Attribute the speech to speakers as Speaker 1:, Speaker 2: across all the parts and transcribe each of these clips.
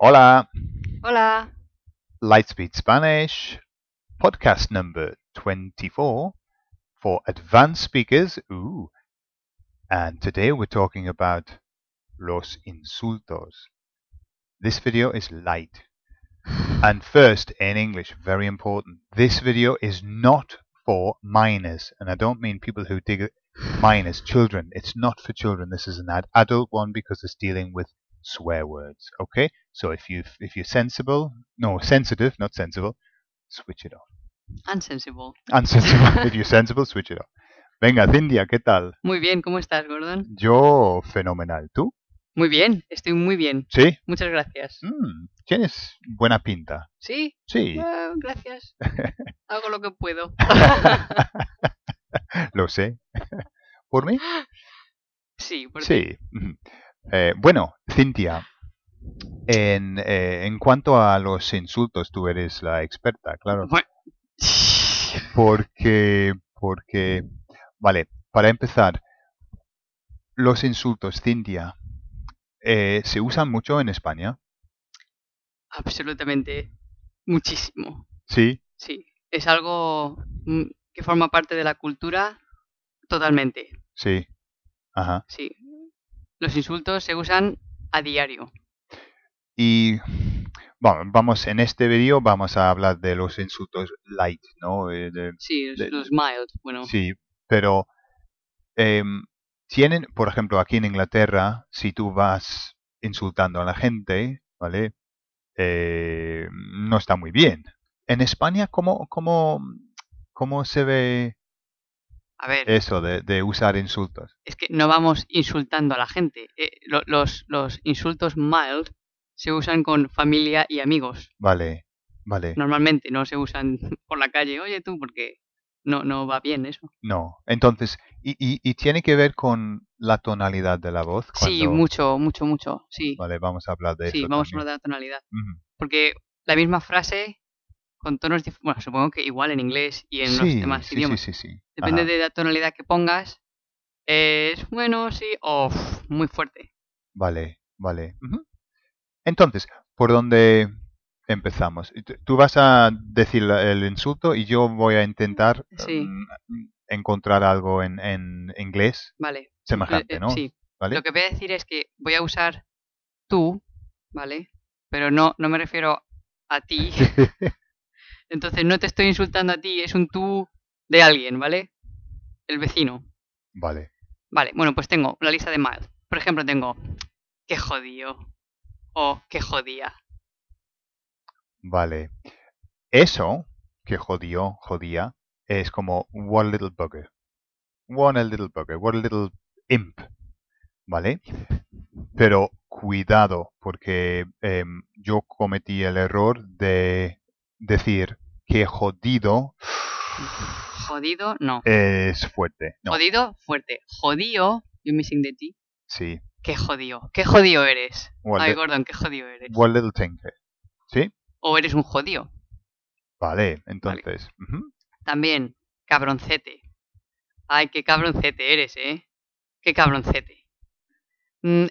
Speaker 1: Hola,
Speaker 2: Hola,
Speaker 1: Lightspeed Spanish, podcast number 24 for advanced speakers. Ooh. And today we're talking about los insultos. This video is light. And first, in English, very important, this video is not for minors. And I don't mean people who dig minors, children. It's not for children. This is an ad- adult one because it's dealing with swear words. Okay? So if you if you're sensible, no, sensitive, not sensible, switch it off.
Speaker 2: Unsensible.
Speaker 1: Unsensible, if you're sensible, switch it off. Venga, Cintia, ¿qué tal?
Speaker 2: Muy bien, ¿cómo estás, Gordon?
Speaker 1: Yo, fenomenal. ¿Tú?
Speaker 2: Muy bien, estoy muy bien.
Speaker 1: Sí.
Speaker 2: Muchas gracias.
Speaker 1: Mm, tienes buena pinta.
Speaker 2: ¿Sí?
Speaker 1: Sí.
Speaker 2: Ah, gracias. Hago lo que puedo.
Speaker 1: Lo sé. ¿Por mí?
Speaker 2: Sí, porque
Speaker 1: Sí. Ujú. Eh, bueno, Cintia, en, eh, en cuanto a los insultos, tú eres la experta, claro. Porque, porque, vale, para empezar, los insultos, Cintia, eh, se usan mucho en España.
Speaker 2: absolutamente muchísimo.
Speaker 1: Sí.
Speaker 2: Sí, es algo mm, que forma parte de la cultura totalmente.
Speaker 1: Sí. Ajá.
Speaker 2: Sí. Los insultos se usan a diario.
Speaker 1: Y bueno, vamos, en este vídeo vamos a hablar de los insultos light, ¿no? Eh, de-
Speaker 2: Sí, los,
Speaker 1: De-
Speaker 2: los mild, bueno.
Speaker 1: Sí, pero em, tienen, por ejemplo, aquí en Inglaterra, si tú vas insultando a la gente, ¿vale? Eh, no está muy bien. En España, ¿cómo, cómo, cómo se ve
Speaker 2: A ver.
Speaker 1: eso de, de usar insultos?
Speaker 2: es que no vamos insultando a la gente. Eh, lo- los, los insultos mild se usan con familia y amigos.
Speaker 1: Vale, vale.
Speaker 2: Normalmente no se usan por la calle, oye tú, porque no, no va bien eso.
Speaker 1: No. Entonces, y, y- y tiene que ver con la tonalidad de la voz?
Speaker 2: Sí,
Speaker 1: cuando-
Speaker 2: mucho, mucho, mucho. Sí,
Speaker 1: Vale, vamos a hablar de
Speaker 2: sí
Speaker 1: eso
Speaker 2: vamos a
Speaker 1: también.
Speaker 2: hablar de la tonalidad.
Speaker 1: Ujú.
Speaker 2: Porque la misma frase con tonos dif- bueno, supongo que igual en inglés y en los
Speaker 1: Sí,
Speaker 2: demás
Speaker 1: sí,
Speaker 2: idiomas.
Speaker 1: sí, sí, sí.
Speaker 2: Depende
Speaker 1: Ajá.
Speaker 2: de la tonalidad que pongas. Es bueno, sí, o uf, muy fuerte.
Speaker 1: Vale, vale. Ujú. Entonces, ¿por dónde empezamos? Y tú- Tú vas a decir la- el insulto y yo voy a intentar
Speaker 2: Sí.
Speaker 1: mm, mm, encontrar algo en, en inglés
Speaker 2: Vale.
Speaker 1: semejante,
Speaker 2: Eh,
Speaker 1: ¿no?
Speaker 2: Sí.
Speaker 1: ¿Vale?
Speaker 2: Lo que voy a decir es que voy a usar tú, ¿vale? Pero no, no me refiero a ti. Entonces no te estoy insultando a ti, es un tú de alguien, ¿vale? El vecino.
Speaker 1: Vale.
Speaker 2: Vale, bueno, pues tengo la lista de mal. Por ejemplo, tengo qué jodido o qué jodía.
Speaker 1: Vale. Eso que jodió, jodía, es como one little bugger. One little bugger, one little imp. ¿Vale? Pero cuidado, porque em, yo cometí el error de decir que jodido
Speaker 2: Jodido, no.
Speaker 1: es fuerte. No,
Speaker 2: Jodido, fuerte. Jodío, you're missing the T.
Speaker 1: sí.
Speaker 2: Qué jodío. Qué jodío eres.
Speaker 1: One,
Speaker 2: Ay,
Speaker 1: li-
Speaker 2: Gordon, qué jodío eres.
Speaker 1: one little thing.
Speaker 2: O eres un jodío.
Speaker 1: Vale, entonces. ujú.
Speaker 2: También, cabroncete. Ay, qué cabroncete eres, ¿eh? Qué cabroncete. Mm,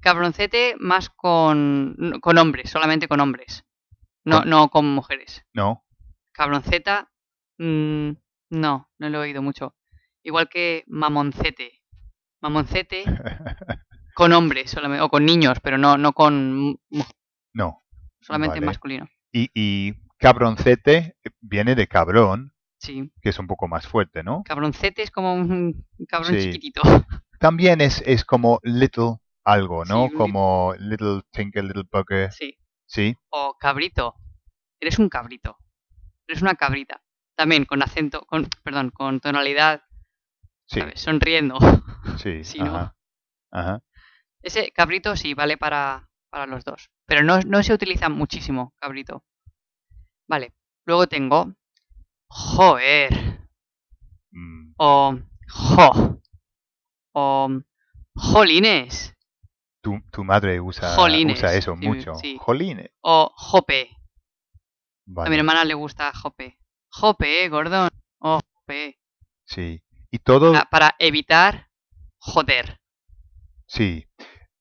Speaker 2: cabroncete más con, no, con hombres, solamente con hombres. No,
Speaker 1: Con-
Speaker 2: no con mujeres.
Speaker 1: No,
Speaker 2: Cabronceta, mm, no, no lo he oído mucho. Igual que mamoncete. Mamoncete con hombres solamente, o con niños, pero no, no con mu-
Speaker 1: no.
Speaker 2: solamente
Speaker 1: Vale.
Speaker 2: masculino.
Speaker 1: Y, y cabroncete viene de cabrón,
Speaker 2: Sí.
Speaker 1: que es un poco más fuerte, ¿no?
Speaker 2: Cabroncete es como un cabrón
Speaker 1: Sí.
Speaker 2: chiquitito.
Speaker 1: También es, es como little algo,
Speaker 2: Sí,
Speaker 1: ¿no?
Speaker 2: un lit-
Speaker 1: como little tinker, little bugger.
Speaker 2: Sí.
Speaker 1: Sí,
Speaker 2: o cabrito. Eres un cabrito. Eres una cabrita. También con acento, con, perdón, con tonalidad,
Speaker 1: sí,
Speaker 2: ¿sabes? Sonriendo.
Speaker 1: sí.
Speaker 2: Sí, ¿no?
Speaker 1: ajá, ajá.
Speaker 2: Ese cabrito sí vale para, para los dos. Pero no, no se utiliza muchísimo, cabrito. Vale. Luego tengo joder.
Speaker 1: Mm,
Speaker 2: O jo. O jolines.
Speaker 1: tu, tu madre usa,
Speaker 2: Jolines,
Speaker 1: usa eso
Speaker 2: sí,
Speaker 1: mucho.
Speaker 2: sí.
Speaker 1: Jolines.
Speaker 2: O jope. A mi
Speaker 1: Vale,
Speaker 2: hermana le gusta jope. Jope, eh, Gordon. O jope.
Speaker 1: sí. Y todo,
Speaker 2: Para- para evitar joder.
Speaker 1: sí.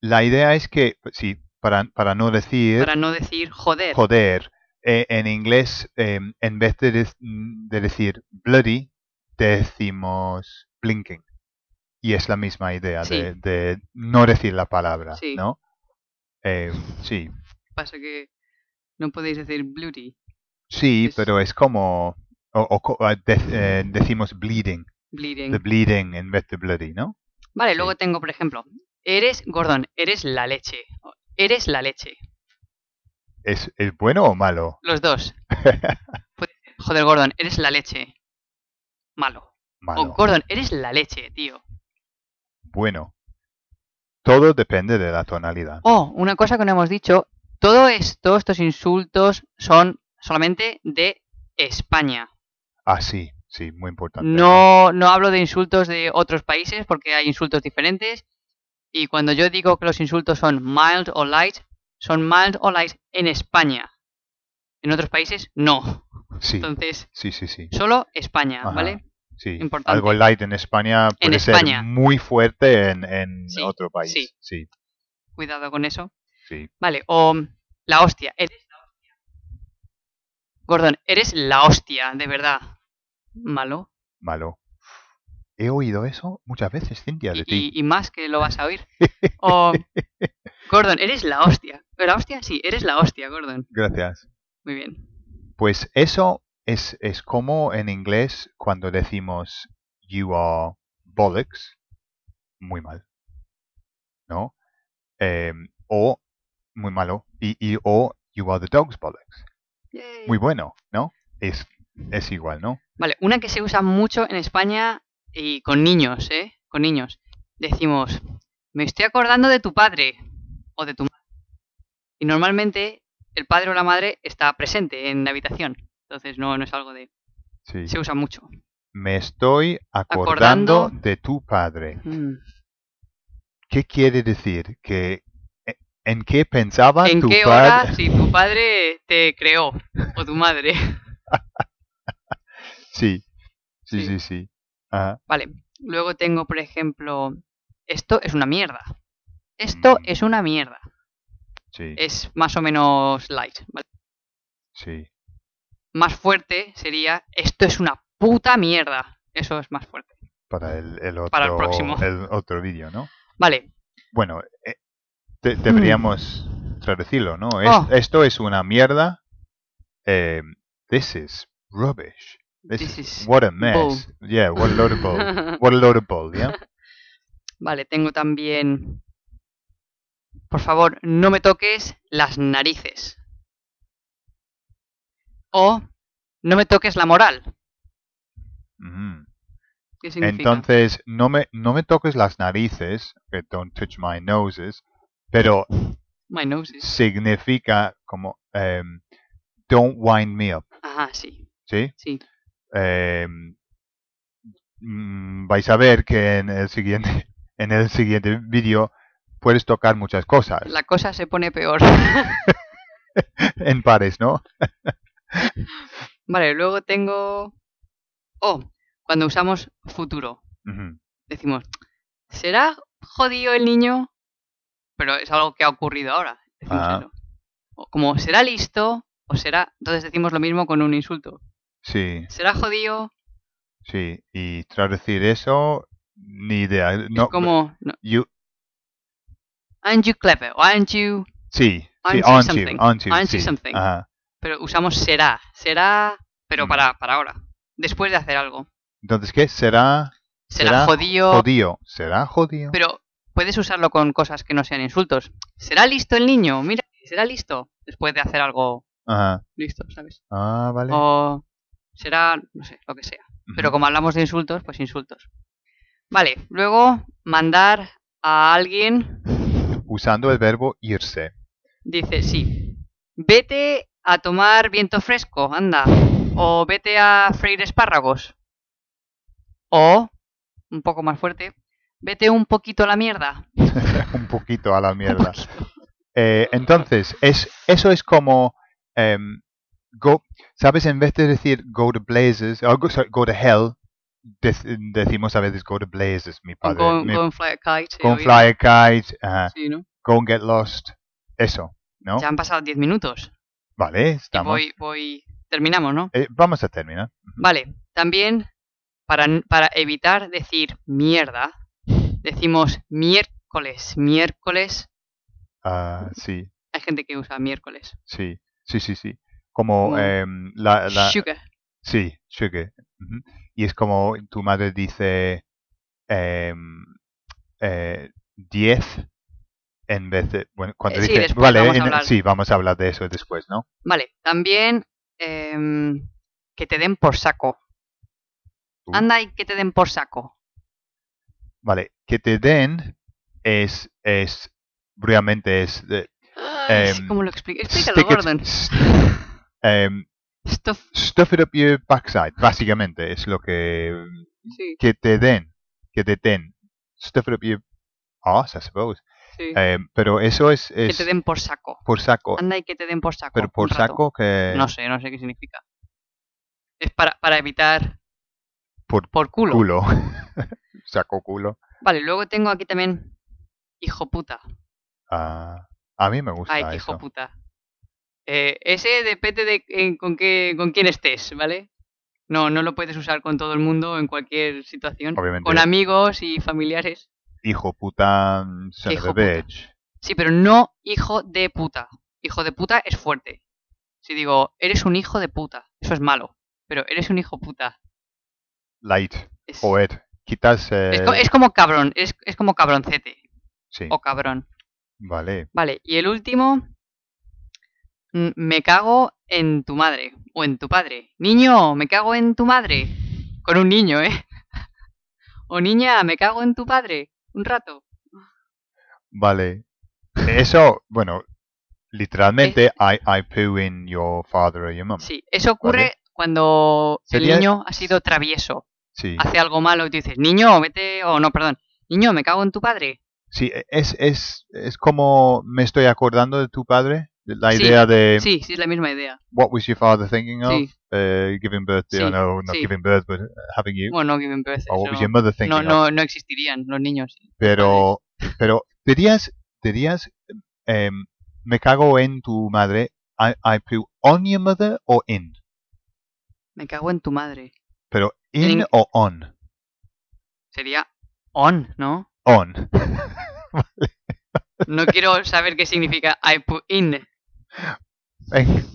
Speaker 1: La idea es que, sí, para, para no decir
Speaker 2: para no decir joder.
Speaker 1: joder. Eh, en inglés, eh, en vez de, dec- de decir bloody, decimos blinking. Y es la misma idea
Speaker 2: Sí.
Speaker 1: de, de no decir la palabra,
Speaker 2: Sí.
Speaker 1: ¿no? Eh, sí,
Speaker 2: Pasa que no podéis decir bloody.
Speaker 1: sí,
Speaker 2: Es-
Speaker 1: pero es como... O, o co- eh, dec- eh, decimos bleeding,
Speaker 2: Bleeding.
Speaker 1: the bleeding en vez de bloody, ¿no?
Speaker 2: Vale, luego tengo, por ejemplo, eres Gordon, eres la leche. O, Eres la leche.
Speaker 1: ¿Es, es bueno o malo?
Speaker 2: Los dos. Puede ser, Joder, Gordon, eres la leche. Malo.
Speaker 1: Malo.
Speaker 2: O Gordon, eres la leche, tío.
Speaker 1: Bueno. Todo depende de la tonalidad.
Speaker 2: Oh, una cosa que no hemos dicho. Todo esto, estos insultos son solamente de España.
Speaker 1: Ah, sí, sí, muy importante.
Speaker 2: No, no hablo de insultos de otros países porque hay insultos diferentes. Y cuando yo digo que los insultos son mild o light, son mild o light en España. En otros países no.
Speaker 1: Sí,
Speaker 2: Entonces,
Speaker 1: sí, sí, sí.
Speaker 2: solo España,
Speaker 1: Ajá.
Speaker 2: ¿vale?
Speaker 1: sí.
Speaker 2: importante.
Speaker 1: Algo light en España puede
Speaker 2: España.
Speaker 1: ser muy fuerte en, en
Speaker 2: Sí,
Speaker 1: otro país.
Speaker 2: sí.
Speaker 1: sí,
Speaker 2: Cuidado con eso.
Speaker 1: sí.
Speaker 2: Vale, o mm, la hostia. Eres la hostia. Gordon, eres la hostia, de verdad. Malo.
Speaker 1: malo. He oído eso muchas veces, Cintia, de
Speaker 2: Y,
Speaker 1: ti.
Speaker 2: y- y más que lo vas a oír. O mm, Gordon, eres la hostia. ¿La hostia? Sí, eres la hostia, Gordon.
Speaker 1: Gracias.
Speaker 2: Muy bien.
Speaker 1: Pues eso es, es como en inglés cuando decimos you are bollocks, muy mal, ¿no? Em, o muy malo, y, y o you are the dog's bollocks,
Speaker 2: Yay.
Speaker 1: muy bueno, ¿no? Es, es igual, ¿no?
Speaker 2: Eh, Vale, una que se usa mucho en España y con niños, ¿eh? Con niños. Decimos, me estoy acordando de tu padre o de tu madre. Y normalmente el padre o la madre está presente en la habitación. Entonces no, no es algo de...
Speaker 1: Sí.
Speaker 2: Se usa mucho.
Speaker 1: Me estoy acordando,
Speaker 2: Acordando.
Speaker 1: de tu padre.
Speaker 2: Mm.
Speaker 1: ¿Qué quiere decir? ¿Que, e- ¿En qué pensaba
Speaker 2: ¿En
Speaker 1: tu
Speaker 2: qué
Speaker 1: padre?
Speaker 2: hora si tu padre te creó o tu madre?
Speaker 1: Sí, sí, sí, Ah,
Speaker 2: Sí.
Speaker 1: sí. Ajá.
Speaker 2: Vale, luego tengo, por ejemplo, esto es una mierda. Esto
Speaker 1: Mm.
Speaker 2: es una mierda.
Speaker 1: Sí,
Speaker 2: Es más o menos light, ¿vale?
Speaker 1: sí.
Speaker 2: más fuerte sería esto es una puta mierda. Eso es más fuerte.
Speaker 1: Para el, el otro,
Speaker 2: Para el próximo.
Speaker 1: el otro vídeo, ¿no?
Speaker 2: Vale,
Speaker 1: Bueno, eh, de- deberíamos traducirlo, ¿no? Es-
Speaker 2: Hmm. Oh.
Speaker 1: Esto es una mierda. Eh, this is rubbish. This,
Speaker 2: This
Speaker 1: is,
Speaker 2: is
Speaker 1: what a mess. Yeah, what a load of bull. What a load of bull, yeah?
Speaker 2: vale, tengo también. Por favor, no me toques las narices. O no me toques la moral.
Speaker 1: Mhm.
Speaker 2: ¿Qué significa?
Speaker 1: Entonces, no me, no me toques las narices, que don't touch my noses, pero
Speaker 2: My nose is-
Speaker 1: significa como em, don't wind me up,
Speaker 2: Ajá, sí,
Speaker 1: ¿sí?
Speaker 2: sí.
Speaker 1: Em, mm, vais a ver que en el siguiente en el siguiente vídeo puedes tocar muchas cosas
Speaker 2: La cosa se pone peor.
Speaker 1: en pares, ¿no?
Speaker 2: vale, luego tengo. O cuando usamos futuro.
Speaker 1: Ujú,
Speaker 2: decimos, ¿será jodido el niño? Pero es algo que ha ocurrido ahora. decimos
Speaker 1: Ah.
Speaker 2: eso. O como, ¿será listo? O será. Entonces decimos lo mismo con un insulto.
Speaker 1: Sí,
Speaker 2: ¿Será jodido?
Speaker 1: sí. Y traducir eso, ni idea. No,
Speaker 2: es como, no,
Speaker 1: you-
Speaker 2: aren't you clever? O aren't you.
Speaker 1: sí, sí,
Speaker 2: Aren't you
Speaker 1: aren't you,
Speaker 2: something?
Speaker 1: aren't you,
Speaker 2: Aren't you
Speaker 1: sí,
Speaker 2: something?
Speaker 1: ajá.
Speaker 2: Pero usamos será. Será. Pero
Speaker 1: Mm.
Speaker 2: para, para ahora. Después de hacer algo.
Speaker 1: Entonces, ¿qué será?
Speaker 2: Será,
Speaker 1: Será
Speaker 2: jodido.
Speaker 1: Jodío. ¿Será jodío?
Speaker 2: Pero puedes usarlo con cosas que no sean insultos. ¿Será listo el niño? Mira, será listo. Después de hacer algo
Speaker 1: Ajá.
Speaker 2: listo, ¿sabes?
Speaker 1: Ah, vale.
Speaker 2: O será, no sé, lo que sea.
Speaker 1: Ujú.
Speaker 2: Oh, Pero como hablamos de insultos, pues insultos. Vale, luego mandar a alguien,
Speaker 1: Usando el verbo irse.
Speaker 2: dice, sí, vete a tomar viento fresco, anda. O vete a freír espárragos. O, un poco más fuerte, vete un poquito a la mierda.
Speaker 1: Un poquito a la mierda. Eh, entonces, es, eso es como... em, go, ¿Sabes? En vez de decir go to blazes, o go, sorry, go to hell, dec- decimos a veces go to blazes, mi
Speaker 2: O
Speaker 1: padre.
Speaker 2: Go,
Speaker 1: mi-
Speaker 2: go and fly a kite. he
Speaker 1: go and
Speaker 2: oído.
Speaker 1: fly a kite, ajá,
Speaker 2: Sí, ¿no?
Speaker 1: go and get lost. Eso, ¿no?
Speaker 2: Ya han pasado 10 minutos.
Speaker 1: Vale,
Speaker 2: Y
Speaker 1: estamos.
Speaker 2: voy, voy. Terminamos, ¿no?
Speaker 1: Eh, vamos a terminar.
Speaker 2: Vale, también para, n- para evitar decir mierda, decimos miércoles. Miércoles.
Speaker 1: Ah, sí,
Speaker 2: Hay gente que usa miércoles.
Speaker 1: sí, sí, sí, sí. Como
Speaker 2: Mm.
Speaker 1: em, la, la-
Speaker 2: Sugar.
Speaker 1: Sí, sugar. ujú. Y es como tu madre dice em, eh, 10 en vez de... Bueno, cuando
Speaker 2: Eh, sí,
Speaker 1: dice...
Speaker 2: después vamos a
Speaker 1: en-
Speaker 2: hablar.
Speaker 1: sí, vamos a hablar de eso después, ¿no?
Speaker 2: Vale, también em, que te den por saco.
Speaker 1: Uh.
Speaker 2: Anda y que te den por saco.
Speaker 1: Vale, que te den es... es realmente es... de-
Speaker 2: Ay, es-
Speaker 1: Em,
Speaker 2: ¿Cómo lo explico? Explícalo,
Speaker 1: stick it-
Speaker 2: Gordon.
Speaker 1: s- em,
Speaker 2: Stuff,
Speaker 1: stuff it up your backside, básicamente, es lo que...
Speaker 2: sí,
Speaker 1: Que te den, que te den. Stuff it up your ass, I suppose.
Speaker 2: sí.
Speaker 1: Em, pero eso es,
Speaker 2: Que
Speaker 1: es
Speaker 2: te den por saco.
Speaker 1: por saco.
Speaker 2: Anda y que te den por saco.
Speaker 1: Pero por
Speaker 2: un rato.
Speaker 1: saco eh. que...
Speaker 2: No sé, no sé qué significa. Es para, para evitar
Speaker 1: Por
Speaker 2: culo.
Speaker 1: culo. saco culo.
Speaker 2: Vale, luego tengo aquí también hijo puta.
Speaker 1: Ah, a mí me gusta
Speaker 2: Ay, qué
Speaker 1: eso.
Speaker 2: hijo puta. Eh, ese depende de en- con, qué, con quién estés, ¿vale? No, no lo puedes usar con todo el mundo en cualquier situación.
Speaker 1: Obviamente.
Speaker 2: Con amigos y familiares.
Speaker 1: Hijo puta, mm, son
Speaker 2: Qué
Speaker 1: of
Speaker 2: hijo
Speaker 1: a
Speaker 2: puta.
Speaker 1: bitch.
Speaker 2: Sí, pero no hijo de puta. Hijo de puta es fuerte. Si digo, eres un hijo de puta, eso es malo. Pero eres un hijo puta.
Speaker 1: Light,
Speaker 2: Es,
Speaker 1: poet. Quitas...
Speaker 2: es
Speaker 1: eh,
Speaker 2: co- es como cabrón, es, es como cabroncete
Speaker 1: Sí,
Speaker 2: o cabrón.
Speaker 1: vale.
Speaker 2: Vale, y el último. mm, Me cago en tu madre o en tu padre. Niño, me cago en tu madre. Con un niño, ¿eh? O niña, me cago en tu padre. Un rato.
Speaker 1: Vale. Eso, bueno, literalmente, I, I poo in your father or your mum.
Speaker 2: Sí, eso ocurre cuando
Speaker 1: Sería-
Speaker 2: el niño ha sido travieso,
Speaker 1: Sí.
Speaker 2: hace algo malo y tú dices, niño, vete, o no, perdón, niño, me cago en tu padre.
Speaker 1: Sí, e- es, es, es como me estoy acordando de tu padre. de La
Speaker 2: Sí,
Speaker 1: idea de
Speaker 2: Sí, sí, es la misma idea.
Speaker 1: what was your father thinking of?
Speaker 2: Sí.
Speaker 1: Uh, giving birth to,
Speaker 2: Sí,
Speaker 1: oh, no, not
Speaker 2: sí.
Speaker 1: giving birth, but having you.
Speaker 2: Bueno, que me empecé,
Speaker 1: or what was your
Speaker 2: no,
Speaker 1: mother thinking
Speaker 2: no,
Speaker 1: of?
Speaker 2: no, no existirían los niños.
Speaker 1: Pero, pero dirías, dirías, em, me cago en tu madre. I, I poo on your mother or in.
Speaker 2: Me cago en tu madre.
Speaker 1: Pero in
Speaker 2: En-
Speaker 1: or on.
Speaker 2: Sería on, ¿no?
Speaker 1: On.
Speaker 2: No quiero saber qué significa I put in.
Speaker 1: Ven-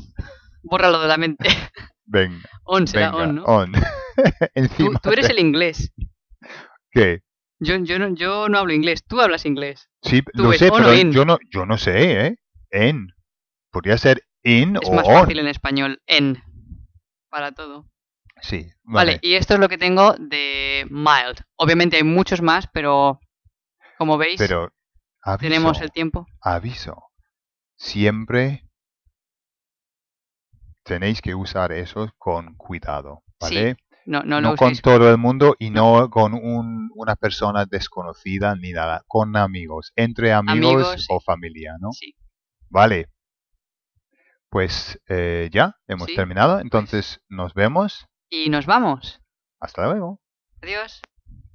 Speaker 2: Bórralo de la mente.
Speaker 1: ven-
Speaker 2: On será
Speaker 1: venga,
Speaker 2: on, ¿no?
Speaker 1: on.
Speaker 2: Tú,
Speaker 1: Encima
Speaker 2: tú eres el inglés.
Speaker 1: que
Speaker 2: Yo, yo, no, yo no hablo inglés. Tú hablas inglés.
Speaker 1: sí,
Speaker 2: tú
Speaker 1: lo
Speaker 2: ves
Speaker 1: sé,
Speaker 2: on o
Speaker 1: pero
Speaker 2: in.
Speaker 1: yo no, yo no sé, ¿eh? En. Podría ser in
Speaker 2: Es
Speaker 1: o
Speaker 2: más
Speaker 1: on.
Speaker 2: fácil en español. En. Para todo.
Speaker 1: Sí,
Speaker 2: Vale.
Speaker 1: vale.
Speaker 2: y esto es lo que tengo de mild. Obviamente hay muchos más, pero como veis,
Speaker 1: Pero aviso,
Speaker 2: tenemos el tiempo.
Speaker 1: aviso. Siempre tenéis que usar eso con cuidado,
Speaker 2: Sí.
Speaker 1: ¿vale?
Speaker 2: No, no
Speaker 1: no,
Speaker 2: lo
Speaker 1: con
Speaker 2: uséis.
Speaker 1: todo el mundo y no con un- una persona desconocida ni nada, con amigos, entre amigos,
Speaker 2: Amigos,
Speaker 1: o familia, ¿no?
Speaker 2: Sí.
Speaker 1: Vale. Pues eh, ya, hemos
Speaker 2: Sí, Pues
Speaker 1: terminado, entonces nos vemos,
Speaker 2: Y nos vamos.
Speaker 1: hasta luego.
Speaker 2: Adiós.